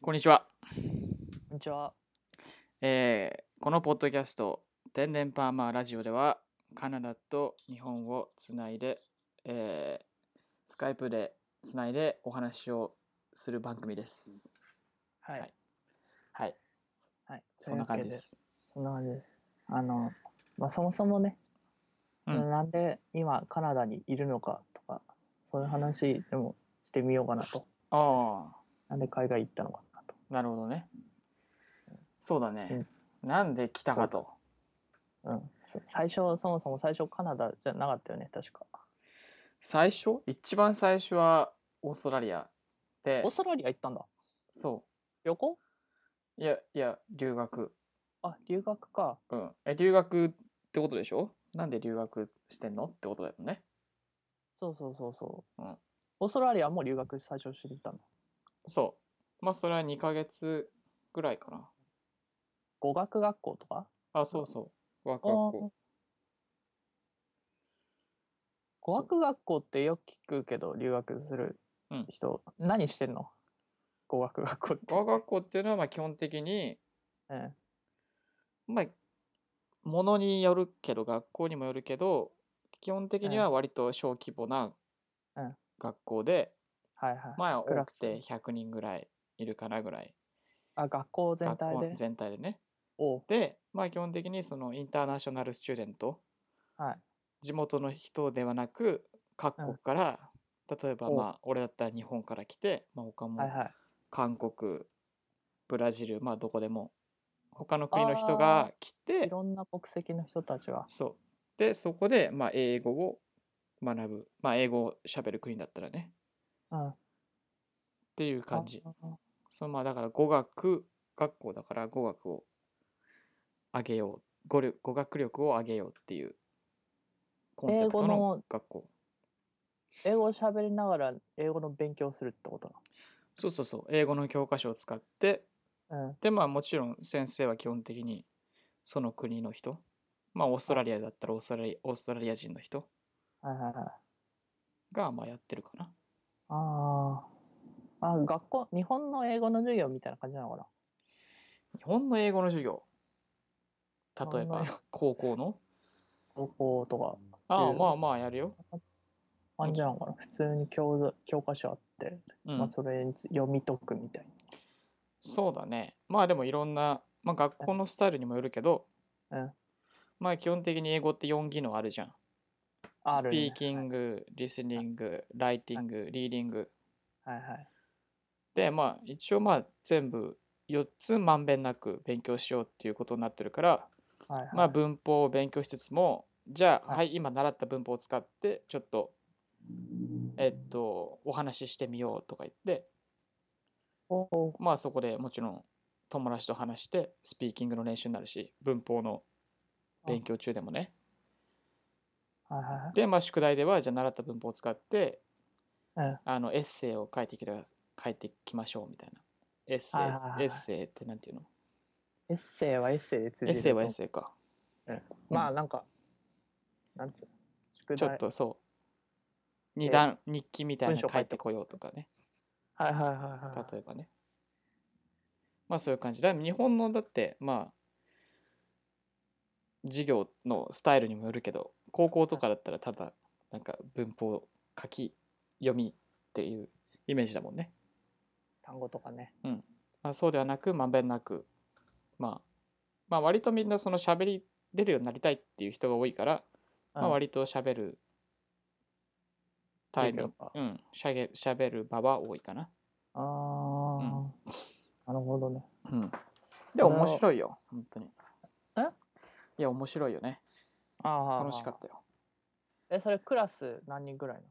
こんにちは、こんにちは。えーこのポッドキャスト「天然パーマーラジオ」ではカナダと日本をつないで、えースカイプでつないでお話をする番組ですはいはいはい。そんな感じで。すそんな感じです。あの、まあ、そもそもね、うんなんで今カナダにいるのかとか、そういう話でもしてみようかなと。ああなんで海外行ったのかなと。なるほどねそうだうねんなんで来たかとうん。そ最初、そもそも最初カナダじゃなかったよね、確か。最初一番最初はオーストラリアでオーストラリア行ったんだ。そ旅行ういやいや留学あ、留学か。うん、え留学ってことでしょなんで留学してんのってことだよね。そうそうそうそう。うんオーストラリアも留学最初してきたの。そう。まあそれは2ヶ月ぐらいかな。語学学校とかあ、そうそう。ワクワク。語学学校ってよく聞くけど留学するうん人、何してんの語学学校って、語学校っていうのはまあ基本的に、うん、まあ、ものによるけど、学校にもよるけど、基本的には割と小規模なうん学校で、はいはい、まあク多ラくスて100人ぐらいいるかなぐらい。あ学校全体学で校全体でね。おうで、まあ基本的にそのインターナショナルスチューデント。はい地元の人ではなく各うん国から、例えばおまあ俺だったら日本から来て、まあ、他もはいはい韓国ブラジルまあどこでも他の国の人が来いてろんな国籍の人たちがそうでそこでまあ英語を学ぶまあ英語を喋る国だったらねうんっていう感じあそうまあだから語学学校だから語学を上げよう語力語学力を上げようっていうコンセプト英語のの学校英語を喋りながら英語の勉強をするってことそうそうそう英語の教科書を使ってなのうんでまあもちろん先生は基本的にその国の人まあオーストラリアだったらオーストラリオーストラリア人の人はいはいはいがまあやってるかなあーあ学校日本の英語の授業みたいな感じなのかな日本の英語の授業例え日本のば英語高校の高校とかあうあんまあまあやるよ、感じなのかな普通に教材教科書あって、うんまあ、それにつ読み解くみたいそうだねまあでもいろんな、まあ、学校のスタイルにもよるけど、うんまあ基本的に英語って4技能あるじゃんな。スピーンキング、リスニング、ライティング、リーディンググ。はいはい。でまあ一応まあ全部4つまんべんなく勉強しようっていうことになってるからはいはい、まあ文法を勉強しつつもじゃあはいはい今習った文法を使ってちょっとえっとお話ししてみようとか言っておおまあそこでもちろん友達と話してスピーキングの練習になるし文法の勉強中でもねはいはでまあ宿題ではじゃあ習った文法を使っていはい。うん。あのエッセイを書いてきてくだ書いてきましょうみたいなエッセイはいはいはいはいエッセイってなんていうのエッセイはエッセイで通じエるッセイはエッイ。セイかまあなんか、なんつうの宿題ちょっ。とそう二え段日記みたいなの文章書書いいててこようとかねはいはいはいはい。例えばねまあそういう感じだ日本のだってまあ授業のスタイルにもよるけど高校とかだったらただなんか文法書き読みっていうイメージだもんね、単語とかね。まあ、そうではなくまんべんなく、まあ、まあ割とみんなその喋りれるようになりたいっていう人が多いから、まあ、割と喋るタイ量ムがうんしゃげ喋る場は多いかな、ああー、なるほどね。うん、でこれは面白いよ本当にえいや面白いよねあ楽しかったよた。え、それクラス何人ぐらいの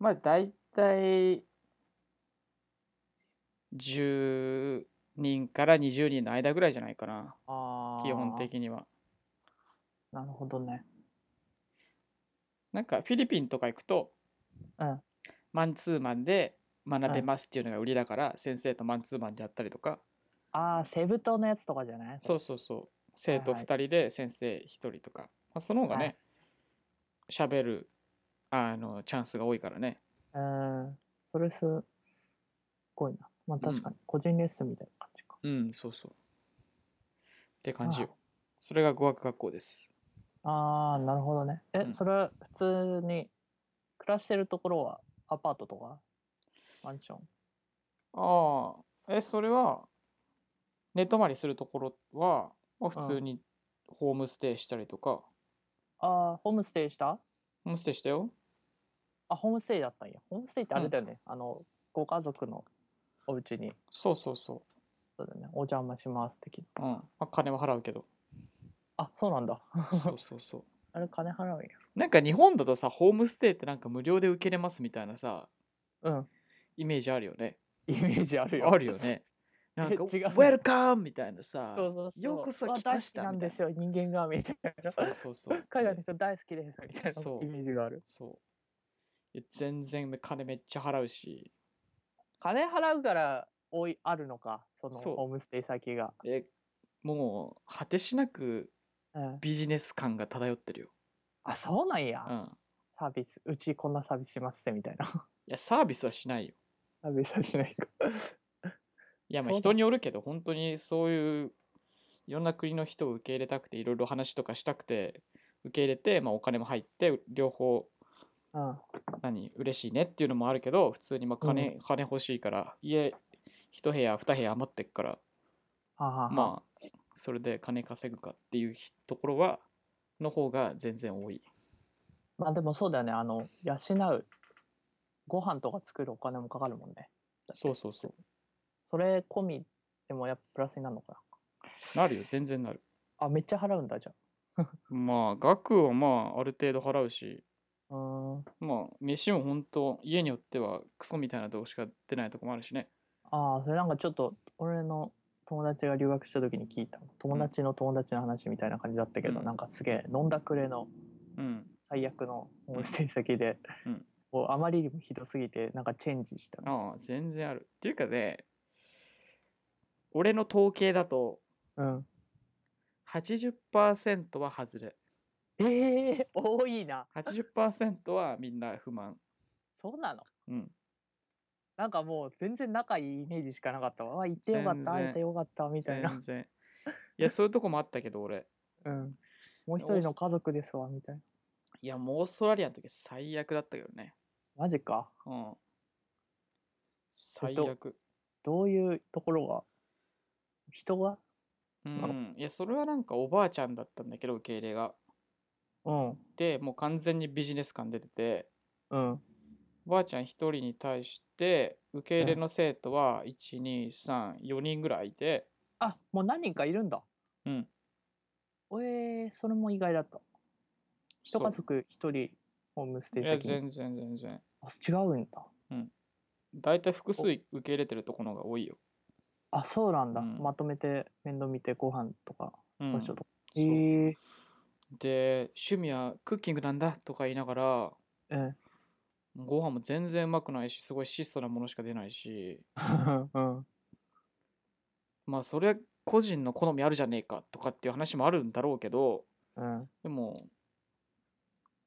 まあ大体10人から20人の間ぐらいじゃないかなああ。基本。的にはなるほどね。なんかフィリピンとか行くと、うんマンツーマンで学べうんますっていうのが売りだから、先生とマンツーマンでやったりとかああ、セブ島のやつとかじゃないそうそそうそう生徒はいは2人いで先生1人とか、まあ、その方がはね喋、るあのチャンスが多いからねれ。うん。それすすごいな。まあうん確かに個人レッスンみたいな感じか。うん、そうそう。って感じよあ。それが語学学校です。ああ、なるほどね。え、うんそれは普通に暮らしてるところはアパートとかマンションああ、え、それは、寝泊まりするところは、まあ、普通うんにホームステイしたりとか、ああ、ホームステイしたホームステイしたよ。あ、ホームステイだったんや。ホームステイってあれだよね。あの、ご家族のお家に、そうそうそそうだよね、お邪魔します的な。う。うん。まあ、金は払うけ ど。あ、そうなんだ。そうそうそう。あれ金払うんや。なんか日本だとさ、ホームステイってなんか無料で受けれますみたいなさ、うん。イメージあるよね。イメージあるよ。あるよ。 ね。なんか、ウ違うェルカムみたいなさ、そうそうそう。ようこそうわ来ました大好きなみたいなんですよ、人間が、みたいな。そうそうそう。海外の人大好きです、みたいそうなイメージがある。そう。いや全然金めっちゃ払うし、金払うから、おい、あるのか、そのそうホームステイ先が。えもう果てしなくうん、ビジネス感が漂ってるよ。あ、そうなんや、うん。サービス。うちこんなサービスしますって、みたいな。 サいや、サービスはしないよ。ービスはしないか。 いや、まあそうだ人によるけど、本当にそういういろんな国の人を受け入れたくて、いろいろ話とかしたくて、受け入れて、まあ、お金も入って、両方、うん。何、嬉しいねっていうのもあるけど、普通にまあ金,、う金欲しいから、家、一部屋、二部屋余ってっから、はあはあ、まあ、それで金稼ぐかっていうところは、の方が全然多い。まあでもそうだよね、あの、養う、ご飯とか作るお金もかかるもんね。そうそうそう。それ込みでもやっぱプラスになるのかなるよ、全然なる。な。あ、めっちゃ払うんだ、じゃまあ、額をまあ、ある程度払うし、あ。うーん。まあ、飯も本当、家によってはクソみたいなとこしか出ないとこもあるしね。ああ、それなんかちょっと、俺の友達が留学した時に聞いたの。友達の友達の話みたいな感じだったけど、うんなんかすげえ、飲んだくれのうん。最悪のホームステイ先で、うんもうあまりにもひどすぎて、なんかチェンジしたの。ああ、全然ある。っていうかね、俺の統計だと、うん。 80%は外れ。ええ多いな。 80%はみんな不満。そうなのうん。なんかもう全然仲いいイメージしかなかったわ。あ、行ってよかっ全た、然会えてよかった、 みたいな全。然。いや、そういうとこもあったけど、俺。うん。もう一オー人スの家族ですわ、みたいな。いや、もうオーストラリアの時最悪だったけどね。マジか。うん。最ど悪。どういうところが人がうのん。いや、それはなんかおばあちゃんだったんだけど、受け入れが。うん。で、もう完全にビジネス感出てて、うん。おばあちゃん一人に対して、受け入れうんの生徒は、1、2、3、4人ぐらいいて、あ、もう何人かいるんだ。うん。えー、それも意外だった。一そう家族一人ホームステイいや、先に。全然全然。あ、違うんだ。大体複数受け入れてるところの方が多いよ。あ、そうなんだ。うんまとめて面倒見てご飯とかうん場所とか。そうえー、で、趣味はクッキングなんだとか言いながら、うん。ご飯も全然うまくないし、すごい質素なものしか出ないし、 うん。まあ、それ個人の好みあるじゃねえかとかっていう話もあるんだろうけど、うん。でも、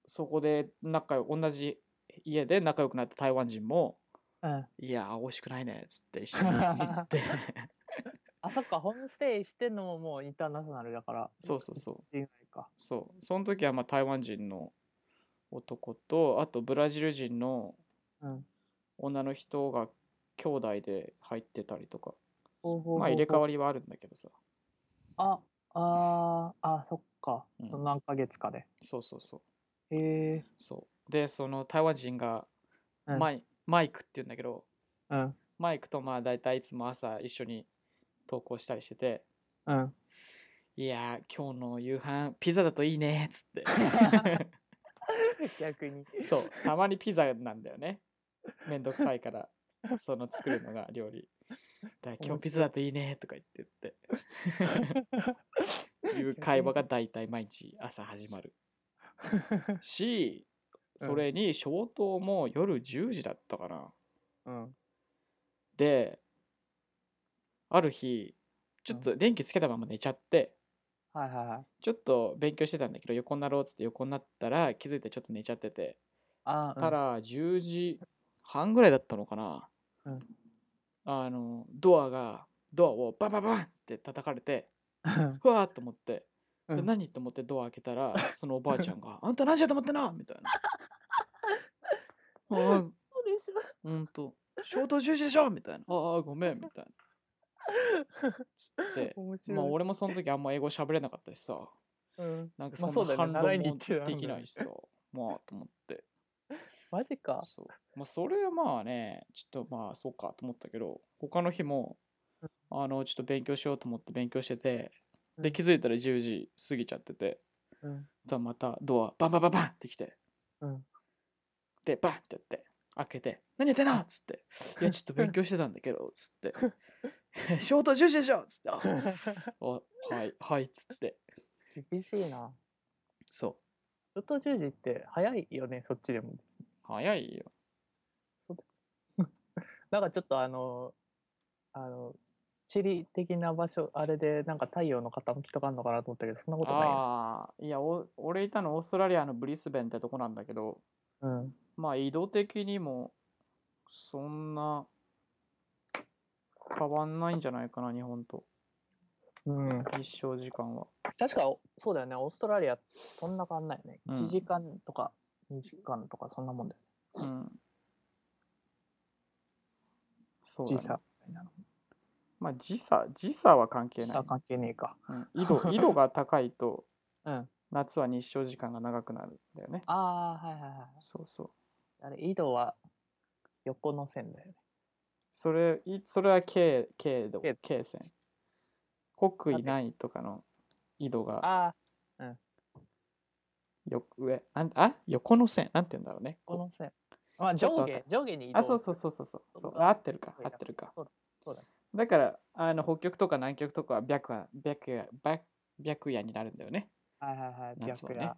そこで仲良同じ家で仲良くなった台湾人も、うん。いやー、美味しくないねっつって一緒に行って、あ、そっか、ホームステイしてんのももうインターナショナルだから。そうそうそう。う。いか。そう。その時はまあ台湾人の男と、あとブラジル人のうん。女の人が兄弟で入ってたりとか、ほうほうほうほうまあ入れ替わりはあるんだけどさ。あ、あー、あ、そっか。うんその何ヶ月かで。そうそうそう。へえそうで、その台湾人がうんマイ,、マイクって言うんだけど、ー。うん。マイクとまあ大体いつも朝一緒に投稿したりしてて、うん。いやー、今日の夕飯ピザだといいねっつって。 逆に。そう、たまにピザなんだよね。めんどくさいから、その作るのが料理。だから今面白い日ピザだといいねとか言って言って、いう会話が大体毎日朝始まる。し、うんそれに消灯も夜10時だったかな。 うん。で、ある日、ちょっと電気つけたまま寝ちゃって、はいはいはい。ちょっと勉強してたんだけど、横になろうっつって横になったら気づいてちょっと寝ちゃってて、 あー、うんたら10時半ぐらいだったのかな、うんあのドアがドアをバンバンバンって叩かれてうんうわーっと思って、でうん何と思ってドア開けたらそのおばあちゃん が「あんた何しようと思ってんな!」みたいな。あーそうでしょうんと「衝動重視でしょ!」みたいな「ああごめん」みたいな。つ って面白い。まあ俺もその時あんま英語喋れなかったしさうん、なんかまそあんそうだなよね反習論いに行もでってたんだよきないしさまあと思ってマジか。そうまあそれはまあねちょっとまあそうかと思ったけど他の日もあのちょっと勉強しようと思って勉強しててで気づいたら10時過ぎちゃっててうん、 ただまたドアバンバンバンバンって来てうん、でバンってやって開けて「何やってんの?」っつって「いやちょっと勉強してたんだけど」っつって「 仕事重視でしょ!」っつって「ああはいはい」っつって厳しいな。そ外10時って早いよね、そっちでも別に。う早いよなんかちょっとあの、あの、地理的な場所、あれでなんか太陽の傾きとかあるのかなと思ったけど、そんなことないよ。ああいやお俺いたのオーストラリアのブリスベンってとこなんだけどうん。まあ移動的にもそんな変わんないんじゃないかな日本とうん、日照時間は確かそうだよねオーストラリアそんな変わんないよねうん1時間とか2時間とかそんなもんだようねんそうだ時ね差みたいなのまあ時差時差は関係時ない差、関係ねえかうん、緯度 緯度が高いとうんあ夏は日照時間が長くなるんだよねあーはいはいはいそうそうあれ緯度は横の線だよねそれいそれは経経度経経線北なん緯でないとかの緯度がああよ上なんあ横の線なんて言うんだろうね横の線まあちょっと上下上下に移動あ、そうそうそうそうそう。そう僕あが合ってるか、合これっだてるか。そうだねだから、あの北極とか南極とかは白夜、白夜、白白夜になるんだよね。はいはいはい夏は白ね夜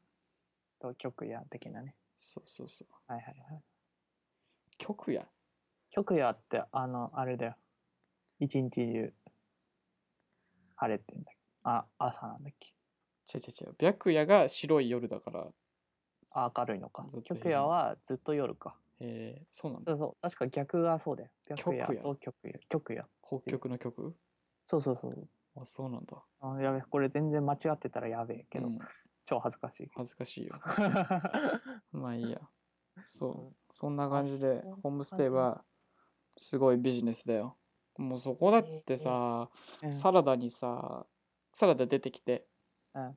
と極夜的なねそうそうそう。はいはいはい極夜。極夜ってあのあれだよ一日中晴れてんだっけあ朝なんだっけ違う違う違う。白夜が白い夜だから。あ明るいのかずっと極昼夜はずっと夜かえー、そうなんだそ。うそう確か逆がそうだよ逆夜極夜と極夜極夜北極の極そうそうそうあ、そうなんだ。あやべこれ全然間違ってたらやべえけど、うん、超恥ずかしい恥ずかしいよ。 うまあいいや。うそんう。そんな感じでそんな、ホームス感テイじはすごいビジネスだよ。もうそこだってさ、んサラダにさ、サラダ出てきて、うん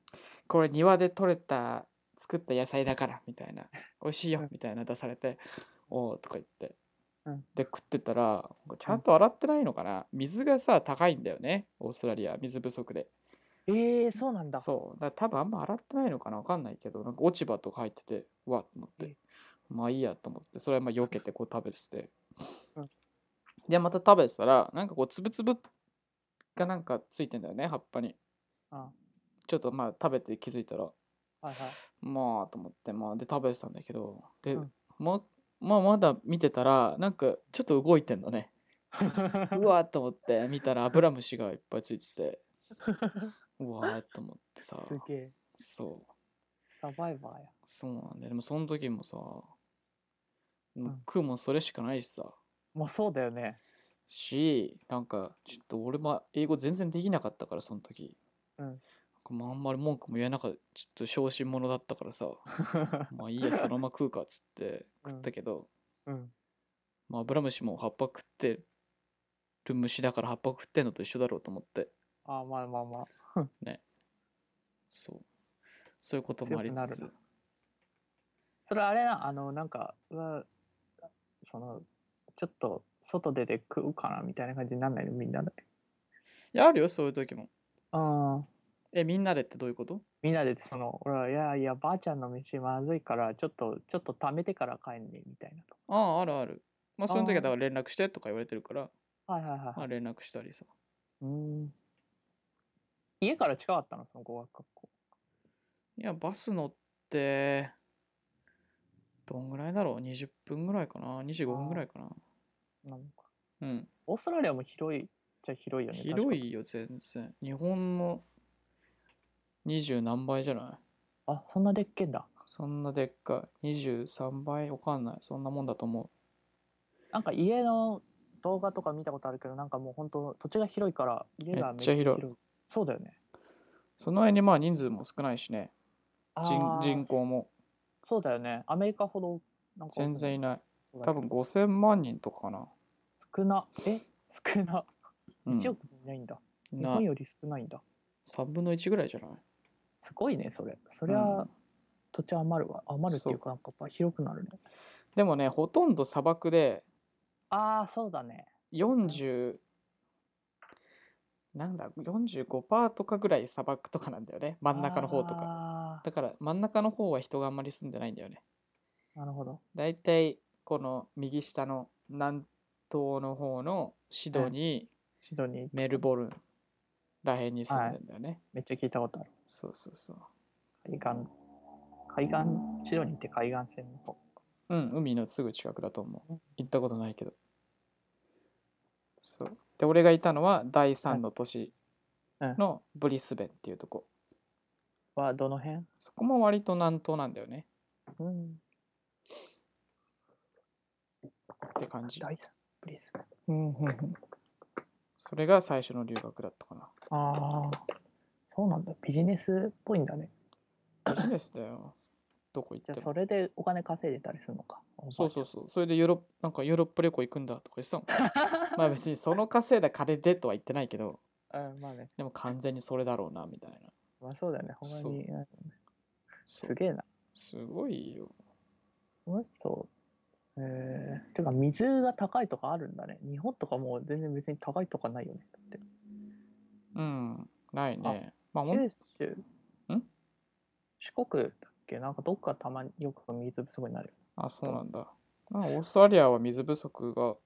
これ庭で採れた作った野菜だからみた いな美味しいようんみたいな出されて「おお」とか言って、うんで食ってたらちゃんと洗ってないのかな水がさ高いんだよねオーストラリア水不足でえー、そうなんだそうだから多分あんま洗ってないのかなわかんないけどなんか落ち葉とか入っててうわっと思って、えまあいいやと思ってそれはまあ避けてこう食べてて、 うんでまた食べてたらなんかこうつぶつぶがなんかついてんだよね葉っぱにあちょっとまあ食べて気づいたらはいはいまあと思ってまあで食べてたんだけどで、うんままあまだ見てたらなんかちょっと動いてんの ね うわーと思って見たらアブラムシがいっぱいついててうわーと思ってさ すげえそうサバイバーやそうなんだよでもその時もさもううん食うもんそれしかないしさまあそうだよねしなんかちょっと俺も英語全然できなかったからその時、うんなんかまああんまり文句も言えなかったちょっと小心者だったからさまあいいやそのまま食うかっつ って食ったけど、うんまあ、アブラムシも葉っぱ食ってる虫だから葉っぱ食ってんのと一緒だろうと思ってあまあまあまあそうそういうこともありつつ強くなるそれあれなあのなんかうわそのちょっと外出て食うかなみたいな感じになんないのみんなでいやあるよそういう時もああえみんなでってどういうことみんなでその俺はいやいやばあちゃんの飯まずいからちょっとちょっと貯めてから帰んねみたいなとあああるあるまあその時はあーだから連絡してとか言われてるからはいはいはい、まはあい、連絡したりさうん家から近かったのその語学学校いやバス乗ってどんぐらいだろう20分ぐらいかな25分ぐらいかななのかうんオーストラリアも広いっちゃ広いよね広いいよ全然日本の20何倍じゃないあそんなでっけえんだそんなでっかい。23倍わかんない。そんなもんだと思なんか家の動画とか見たことあるけどなんかもう本当土地が広いから家がめっちゃ広いそうだよねその辺にまあ人数も少ないしね人あー人口もそうだよねアメリカほどなんか全然いないそうだ多けど分5000万人とかかな、少なえ少なうん、 1億いないんだ、日な本より少ないんだ3分の1ぐらいじゃないすごいねそれそりゃ、うん土地余るわ余るっていうかなんかやっぱ広くなるねでもねほとんど砂漠でああそうだね40なんだ45%とかぐらい砂漠とかなんだよね真ん中の方とかかだから真ん中の方は人があんまり住んでないんだよねなるほどだいたいこの右下の南東の方のシドニシドニーーメルボルンらへんに住んでんだよね、めっちゃ聞いたことあるそうそうそう海岸海岸シドニーって海岸線の方うん、海のすぐ近くだと思う。うん行ったことないけど。そう。で、俺がいたのは第3の都市うんのブリスベンっていうとこ。はどの辺そこも割と南東なんだよね。うんって感じ。第三ブリスベンうんうんうんそれが最初の留学だったかな。ああそうなんだビジネスっぽいんだねビジネスだよ。どこ行っじゃあてそも。れでお金稼いでたりするのかそうそううそう。それでヨーロッなんかヨーロッパ旅行行くんだとか言ってたもん。 まあ別にその稼いだ金でとは言ってないけど、うんまあねでも完全にそれだろうなみたいな。まあそうだよねほんまにうんそうすげえなすごいよ。この人えー、てか水が高いとかあるんだね日本とかもう全然別に高いとかないよねだってうん。ないね。まあほん九州ん四国だっけなんかどっかたまによく水不足になるあ、そうなんだ。まあ、オーストラリアは水不足がよ、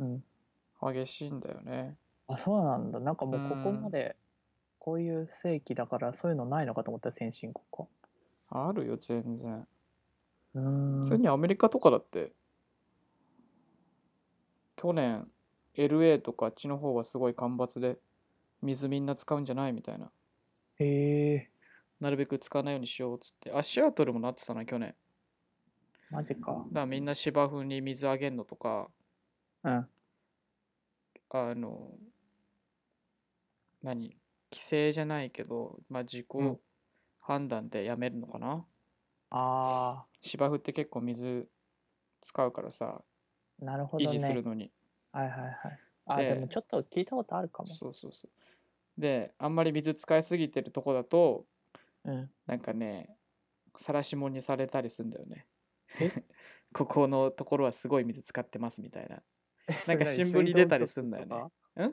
うん、激しいんだよね。あそうなんだなんかもうここうんまでこういう世紀だからそういうのないのかと思った先進国かあるよ、全然。普うん通にアメリカとかだって、去年、LA とかあっちの方はすごい干ばつで、水みんな使うんじゃないみたいな。へえなるべく使わないようにしようっつって。あ、シアトルもなってたな、去年。マジかだからみんな芝生に水あげんのとか、うんあの、何規制じゃないけど、まあ、自己ん判断でやめるのかな、あ芝生って結構水使うからさ、ーなるほ維ど持ねするのにはいはいはいあででもちょっと聞いたことあるかもそうそうそうであんまり水使いすぎてるとこだと うんなんかね晒しもんにされたりするんだよねえ ここのところはすごい水使ってますみたいななんかそれ何新聞に出たりすんだよね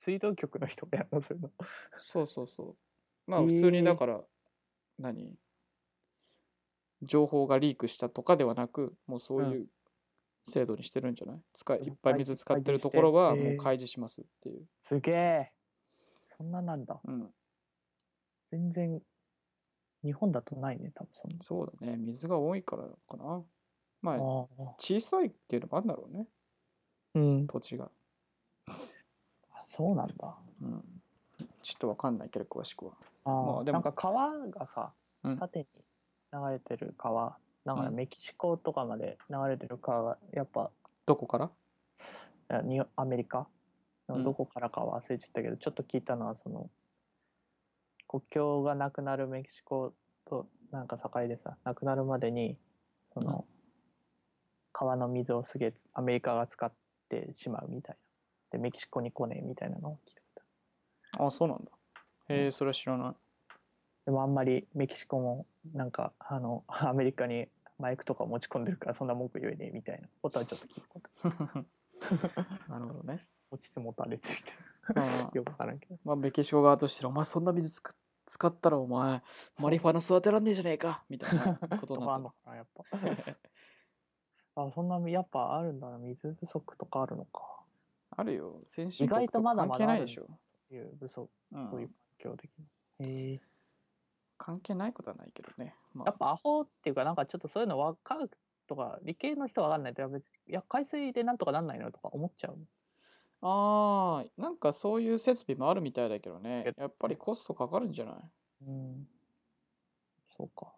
水道うん局とか水道局の人がやるのするの そうそうそうまあへえ普通にだから、何情報がリークしたとかではなくもうそういうう制度にしてるんじゃない、使いいっぱい水使ってるところはも開示してう開示しますっていう、すげえそんななんだうん、全然日本だとないね多分そんなそうだね、水が多いからかな。まあ、ああ小さいっていうのもあるんだろうね、うん土地が。あそうなんだうん、ちょっとわかんないけど、詳しくは。あーまあでもなんか川がさうん縦に流れてる川だからうんメキシコとかまで流れてる川がやっぱどこからあにアメリカうんのどこからかは忘れちゃったけど、ちょっと聞いたのはその国境がなくなるメキシコとなんか境でさなくなるまでにその、川の水をすげえつアメリカが使ってしまうみたいなでメキシコに来ねえみたいなのを聞いたことあるあ、そうなんだ。へえ、それは知ら ない。でもあんまりメキシコもなんかあのアメリカにマイクとか持ち込んでるからそんな文句言えねえみたいなことはちょっと聞いたことあるなるほどね。持ちつ持たれつみたいまあなよくわからんけどまあ、メキシコ側としては、お前そんな水つく使ったらお前、マリファナ育てらんねえじゃねえかみたいな こととにかなあったんの。かなやっぱあそんなやっぱあるんだな水不足とかあるのか あるよ、先進意外国ととまだ関ま係だあないでるんだしょ。そういう不足う、そういうん環境的にへえ関係ないことはないけどね。まやっあ、ぱアホっていうかなんかちょっとそういうのわ科学とか理系の人はわかんないとや別にいや海水でなんとかなんないのとか思っちゃうあーなんかそういう設備もあるみたいだけどねえ。やっぱりコストかかるんじゃないうんそうか、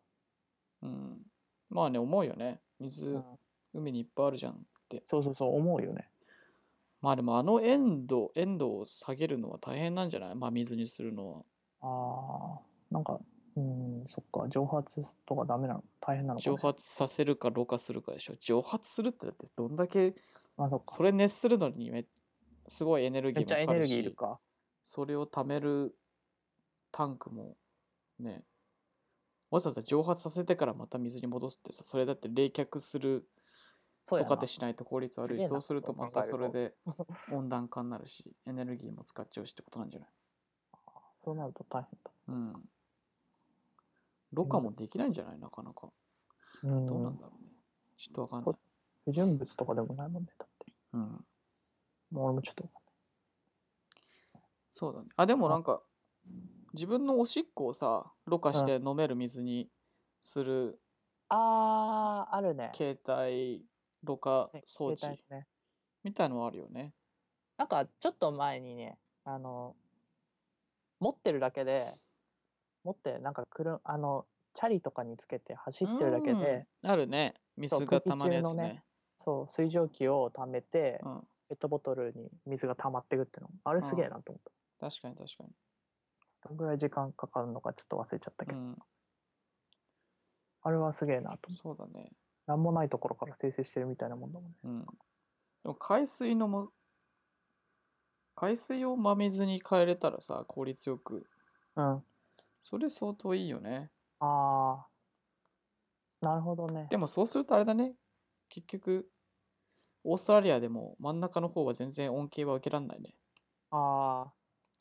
うん、まあね思うよねう水ん海にいっぱいあるじゃんそうそうそう思うよねまあでもあの塩度、塩度を下げるのは大変なんじゃないまあ水にするのは。ああ、なんか、うん、そっか、蒸発とかダメなの、大変なのか蒸もしれない。発させるかろ過するかでしょ。蒸発するってだってどんだけ、あ、そっか。それ熱するのにめすごいエネルギめっーちゃもエかかネるルし、ギーいるか。それを貯めるタンクもね、わざわざ蒸発させてからまた水に戻すってさ、それだって冷却するそうとやかなって。しないと効率悪すいげし。えなそうするとまたそそう考えれると で温暖化になるし、エネルギーも使っちゃうしってことなんじゃないそうなると大うん。ろ過もできないんじゃないなかなか。変だ。うん。どうなんだろうね。ちょっとわかんない。不純物とかでもないもんね、だって。うん。もう俺もちょっとわかんそうだね。あ、でもなんか、自分のおしっこをさ、ろ過して飲める水にするない。ああ、あるね。携帯ろ過ね装置携帯ね。みたいのはあるよね。なんか、ちょっと前にね、あの、持ってるだけで、持って、なんか、くるあの、チャリとかにつけて走ってるだけで、うん。あるね。そう水が溜まるやつ空気中のねね。そう、水蒸気を溜めて、うん。ペットボトルに水が溜まってくっての。あれすげえなと思っ確かに確かに。た。どんぐらい時間かかるのかちょっと忘れちゃったけうど、ん。あれはすげえなと思そうだね。う。なんもないところから生成してるみたいなもんだもんね。うん。でも海水のも、海水を真水に変えれたらさ、効率よく。うん。それ相当いいよね。ああ。なるほどね。でもそうするとあれだね。結局、オーストラリアでも真ん中の方は全然恩恵は受けられないね。ああ。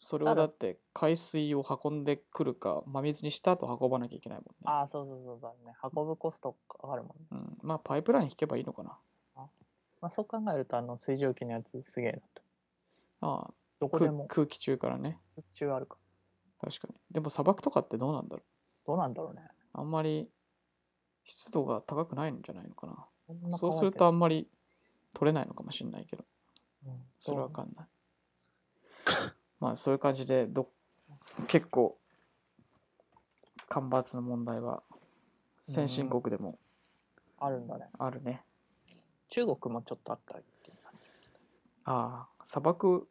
それはただだって海水を運んでくるか、真水にした後運ばなきゃいけないもんね。ああ、そうそうそうだね。運ぶコストかかるもんね。うん、まあパイプライン引けばいいのかな。まあ、そう考えると、あの、水蒸気のやつすげえなと。ああどこで空も空気中からね。宇宙あるか。確かに。でも砂漠とかってどうなんだろどうなんだろうね。う。あんまり湿度が高くないんじゃないのかな。そんなそう考えするてとあ、んまり取れないのかもしれないけど、うんそれはわどうかんない。まあそういう感じでど、結構、干ばつの問題は先進国でもあるんだね。あるね。中国もちょっとあったりっていう感じ。ああ、砂漠、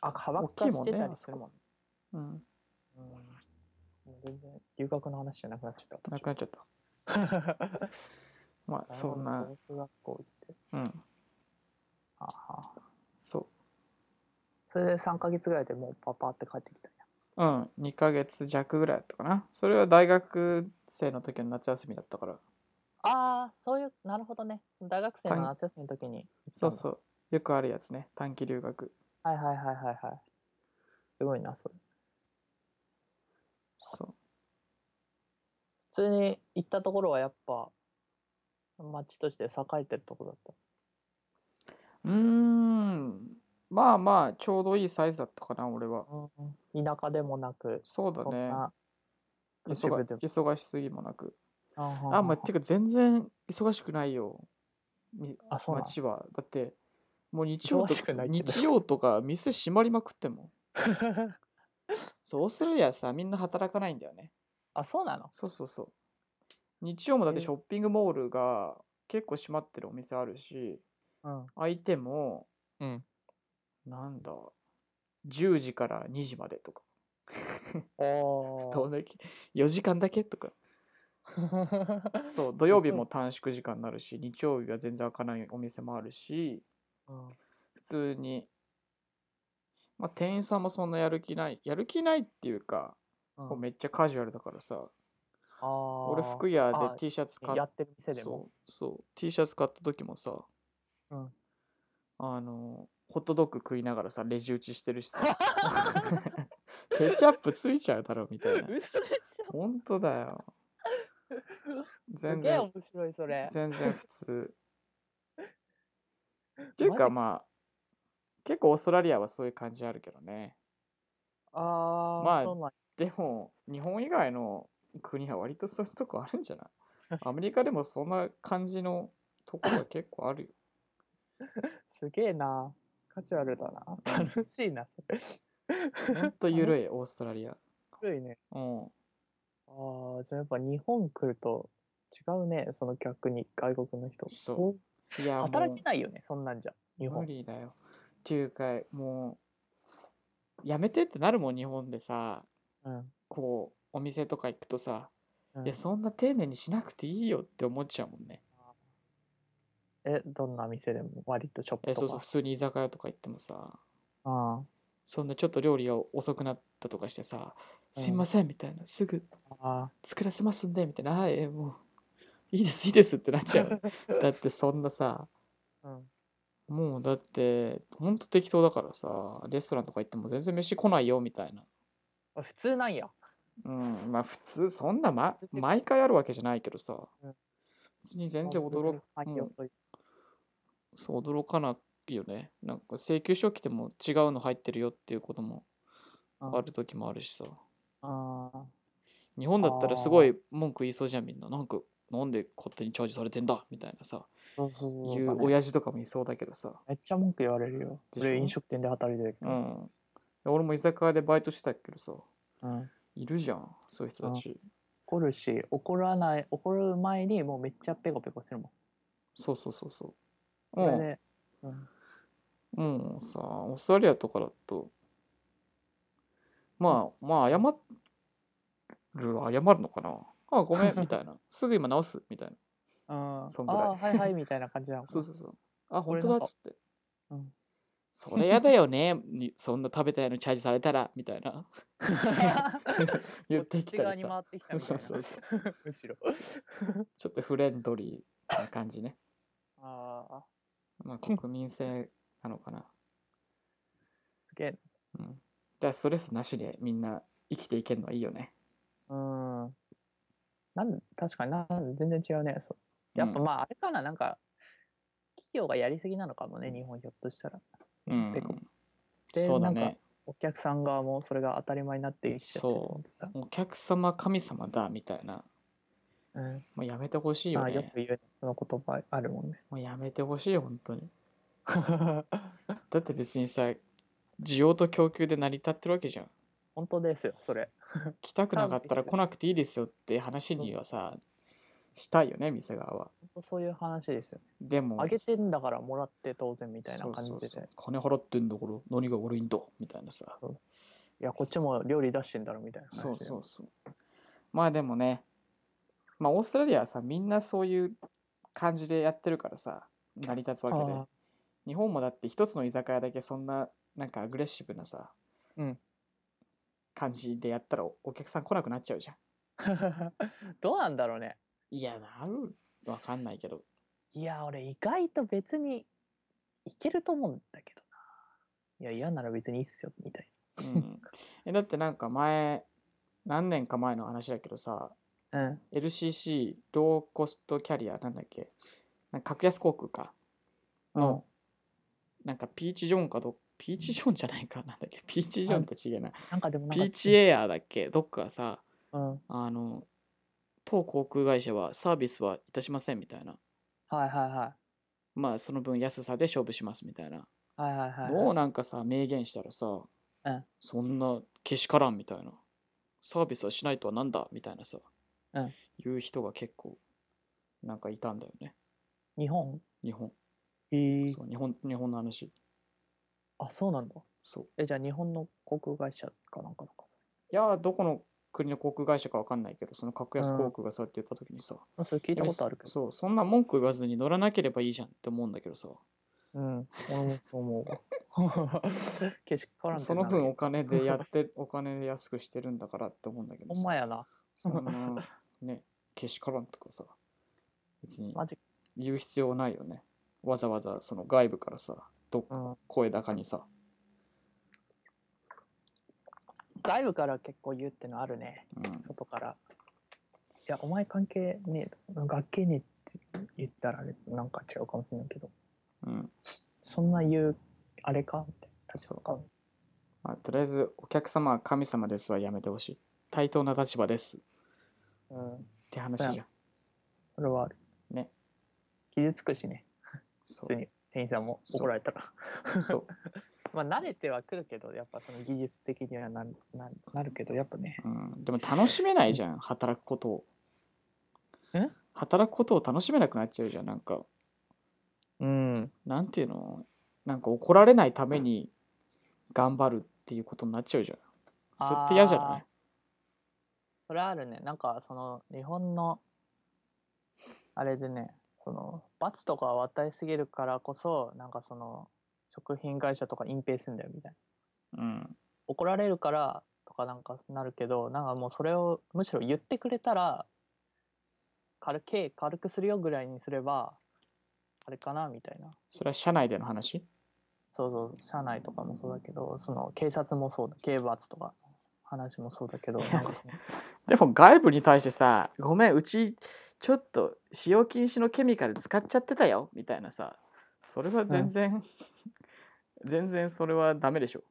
あ、砂漠大化きいもんねしてたりするもんね。うん、うんもう全然留学の話じゃなくなっちゃっなくなっちゃ った。た。まあそんな、るほど。語学学校行って。うん、ああ。そそれで3ヶ月ぐらいでもうパパって帰ってきたんや。う。うん、2ヶ月弱ぐらいだったかな。それは大学生の時の夏休みだったから。ああ、そういう、なるほどね。大学生はいの夏休みの時に。そうそう。よくあるやつね。短期留学。はいはいはいはいはい。すごいな、それ。そう。普通に行ったところはやっぱ、町として栄えてるとこだっうーん。まあまあ、ちょうどいいサイズだったかな、俺は。た。田舎でもなく、そうだそんね。な、都市忙部でも。忙しすぎもなく。ああ、まあ、てか全然忙しくないよ。みあ、そうなん街は。だって、もう日曜忙としくなかいけど日曜とか店閉まりまくって もん。そう、オーストラリアさ、みんな働かないんだよね。あ、そうなのそうそうそう。日曜もだってえショッピングモールが結構閉まってるお店あるし、うん。開いても、うん。なんだ、10時から2時までとか。おど ーんだけ ?4 時間だけとか。そう、土曜日も。短縮時間になる し、日曜日は全然開かないお店もあるし、すごいうん普通に、まあ、店員さんもそんなやる気ない、やる気ないっていうか、うんもうめっちゃカジュアルだからさ、あー俺服屋あで T シャツ買っやってる店でも。そうそう T シャツ買った時もさ、うんあのホットドッグ食いながらさレジ打ちしてるし さケチャップついちゃうだろみた いな嘘でしょ本当だよす全げえ然面白いそれ。全然普 通っていうかマジまあ結構オーストラリアはそういう感じあるけどねああ、まあそうなんでも日本以外の国は割とそういうとこあるんじゃないアメリカでもそんな感じのところは結構あるよすげえな。カジュアルだな。楽しいな、それ。 ほんと楽しゆるい、オーストラリア。ゆるいね。うん。ああ、じゃあやっぱ日本来ると違うね、その逆に外国の人。そうおいや、も働うけ、ないよね、そんなんじゃ。日無本理だよ。っていうか、もう、やめてってなるもん、日本でさ、うんこう、お店とか行くとさ、うんいや、そんな丁寧にしなくていいよって思っちゃうもんね。えどんな店でも割とショッえ、プそとうそう、か普通に居酒屋とか行ってもさ、あそんなちょっと料理が遅くなったとかしてさ、うんすいませんみたいな、すぐああ作らせますんでみたいな、はい、えもう、いいです、いいですってなっちゃう。だってそんなさ、あ、 うん、もうだって、ほんと適当だからさ、レストランとか行っても全然飯来ないよみたいな。あ普通なんやうん、まあ普通、そんな、ま普通っ、ていうか毎回あるわけじゃないけどさうん、別に全然まあ驚く、先もう遅いそう、驚かないよね。なんか請求書来ても違うの入ってるよっていうこともうんある時もあるしさ。ああ日本だったらあーすごい文句言いそうじゃんみんな。なんか、なんで勝手にチャージされてんだみたいなさ、そうそういそうだうね親父とかもいそうだけどさ。めっちゃ文句言われるよでしょ俺飲食店で働いてるけうど、ん。俺も居酒屋でバイトしてたけどさ、うんいるじゃん、そういう人たち。怒るし怒らない怒る前にもうめっちゃペコペコするもんそうそうそうそう。それで、うんもうさ、オーストラリアとかだと、まあ、まあ、謝る、謝るのかな。あごめん、みたい な。すぐ今直す、みたいな。あそんあぐらいはいはいみたいな感じなの かそうなそうそう。あ、本俺当なだんっかつって。うんそれやだよね、にそんな食べたいのにチャージされたら、みたい な。言ってきたりこさ、っち側に回ってきたみたいなそうむしろちょっとフレンドリーな感じね。ああまあ、国民性なのかな。すげえうん。だからストレスなしでみんな生きていけるのはいいよね。うんなん確かにな全然違うねそうやっぱうんまああれかななんか企業がやりすぎなのかもね日本ひょっとしたらうんペコ。でそうだなんねか。お客さん側もそれが当たり前になっていっちゃってるそとかお客様神様だみたいな。うんもうやめてほしいあよあよねく。言うその言葉ある もんねもうやめてほしいよ、本当に。だって別にさ、需要と供給で成り立ってるわけじゃん。本当ですよそれ来たくなかったらそうです来なくていいですよって話にはさ、したいよね、店側は。本当そういう話ですよでも、あげてんだからもらって当然みたいな感じそうでそうそう金払ってんだから何が悪いんだみたいなさ。いやこっちも料理出してんだろみたいな話そうでそうそう。まあでもね、まあオーストラリアはさ、みんなそういう感じでやってるからさ、成り立つわけでああ。日本もだって一つの居酒屋だけそんな、なんかアグレッシブなさ、うん感じでやったらおお客さん来なくなっちゃうじゃ どうなんだろうねん。いや、なるわかんないけ ど。いや俺意外と別にいけると思うんだけどないや嫌なら別にいいっすよみたいうん、えだってなんか前、何年か前の話だけどさ、なうん LCC、ローコストキャリア、なんだっけ、なんか格安航空か。の、なんかピーチジョンかど、ピーチジョンじゃないか、なんだ っけ、ピーチジョンと違えな。なんかでもなんピかーチエアだっけ、どっかさ、うんはいあの、当航空会社はサービスはいたしませんみたいな。はいはまあ、その分安さで勝負しますみたいな。いはいはいはいもうなんかさ、明言したらさ、うんそんなけしからんみたいな。サービスはしないとはなんだみたいなさ、うん言う人が結構、なんかいたんだよね。日本日本。へえそう日本日本の話。あそうなんだそう。えじゃあ日本の航空会社かなんかのかいやー、どこの国の航空会社かわかんないけど、その格安うん航空がそうやって言ったときにさ、まあそれ聞いたことあるけどそう、そんな文句言わずに乗らなければいいじゃんって思うんだけど さ、うん俺もそう思 うわけしからんてそのなる分よお金でやって、お金で安くしてるんだからって思うんだけどほさんまやなそんな、 ね、けしからんとかさ、別にマジ言う必要ないよね。わざわざその外部からさ、どっうん声高にさ、外部から結構言うってのあるねうん、外から「いやお前関係ねえ学系ねえ」って言ったらあれなんか違うかもしれないけどうん。そんな言うあれかってそうまあ、とりあえず、お客様は神様ですはやめてほしい。対等な立場ですっうんて話じゃん。それはあるね傷つくしねそ普う通。に店員さんもそう怒られたらそ まあ慣れてはくるけどやっぱその技術的にはなるななるけどやっぱねう、うん、でも楽しめないじゃん働くことをえ働くことを楽しめなくなっちゃうじゃんなんかうんなんていうのなんか怒られないために頑張るっていうことになっちゃうじゃん。それって嫌じゃないあーそれあるねなんかその日本のあれでねその罰とかを与えすぎるからこそなんかその食品会社とか隠蔽すんだよみたいなうん。怒られるからとかなんかなるけどなんかもうそれをむしろ言ってくれたら軽く軽くするよぐらいにすればあれかなみたいなそれは社内での話そうそう社内とかもそうだけどその警察もそうだ刑罰とか話もそうだけどなんかそのでも外部に対してさ、ごめん、うちちょっと使用禁止のケミカル使っちゃってたよみたいなさ、それは全然、全然それはダメでしょ。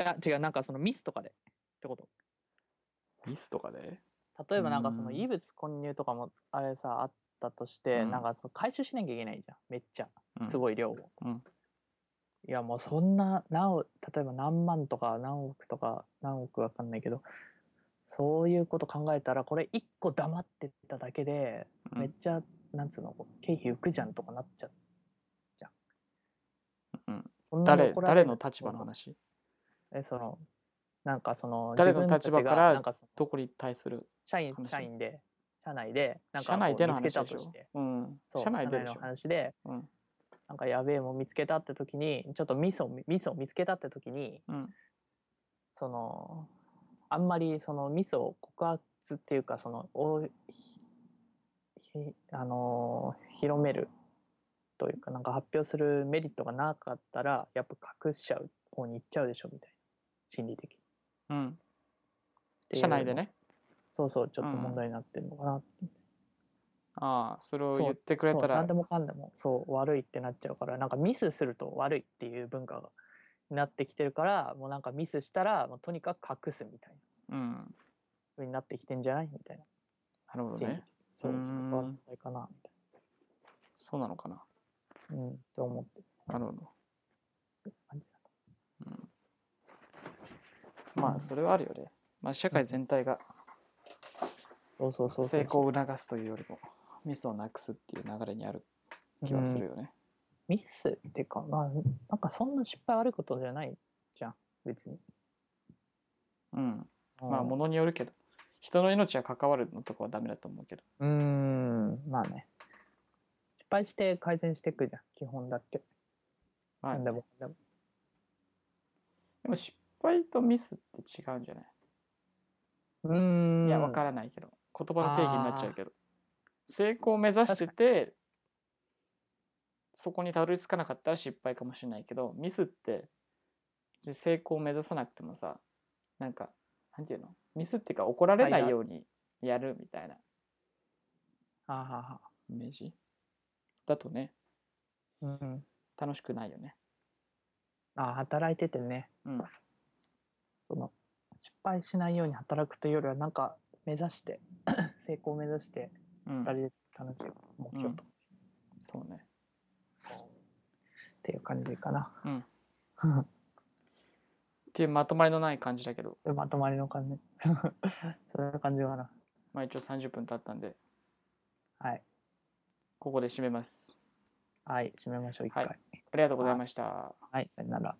あ違うなんかそのミスとかでってことミスとかで例えばなんかそのうん異物混入とかもあれさあったとして、うんなんかその回収しなきゃいけないじゃんめっちゃうんすごい量を、うんいやもうそんな何億例えば何万とか何億とか何億わかんないけどそういうこと考えたらこれ一個黙ってただけでうんめっちゃ、なんつうの経費浮くじゃんとかなっちゃうじゃん。うんそんなに誰怒られ誰るの立場の話えそのなんかその誰の自分た立ち場がからなんかそのどこに対する社員話社員で社内でなんか社内こうでの見つ話けたでしとしょて、うん、そう社内ででしのょ、話でうんなんかやべえもん見つけたって時にちょっとミスをミスを見つけたって時にうん、そのあんまりそのミスを告発っていうかそのおひあのー広めるというかなんか発表するメリットがなかったらやっぱ隠しちゃう方に行っちゃうでしょみたいな心理的にうん、っていう社内でねそうそうちょっとうん問題になってるのかな、ああそれをそう言ってくれそたう何らでもかんでもそう悪いってなっちゃうからなんかミスすると悪いっていう文化がなってきてるからもうなんかミスしたらもうとにかく隠すみたいなうん風になってきてんじゃないみたいななるほど心理ね的そううーそんこは問題かなみそうなのかなたいなうんと思ってなるほど、る感じうん、まあそれはあるよね、まあ、社会全体がそうそうそうそう成功を促すというよりもミスをなくすっていう流れにある気はするうんよね、ミスってかまあなんかそんな失敗悪いことじゃないじゃん別にうんまあうんものによるけど人の命が関わるのとかはダメだと思うけどうーんまあね失敗して改善していくじゃん基本だってはい何でもかんでもでも失敗とミスって違うんじゃないうーんいや、わからないけど、言葉の定義になっちゃうけど、成功を目指してて、そこにたどり着かなかったら失敗かもしれないけど、ミスって、じ成功を目指さなくてもさ、なんか、なんていうのミスっていうか怒られなはいいようにやるみたいなあははイメージだとね、うん楽しくないよね。あ働いててねうん。その失敗しないように働くというよりはなんか目指して 成功を目指してうん2、人で楽しい目標と、うんっそうね。ていう感じかな、うんっていうまとまりのない感じだけど、 まとまりの感じ そんな感じかなまあ一応30分経ったんで、はいここで締めます。はい締めましょう一はい回ありがとうございました。はい、さよなら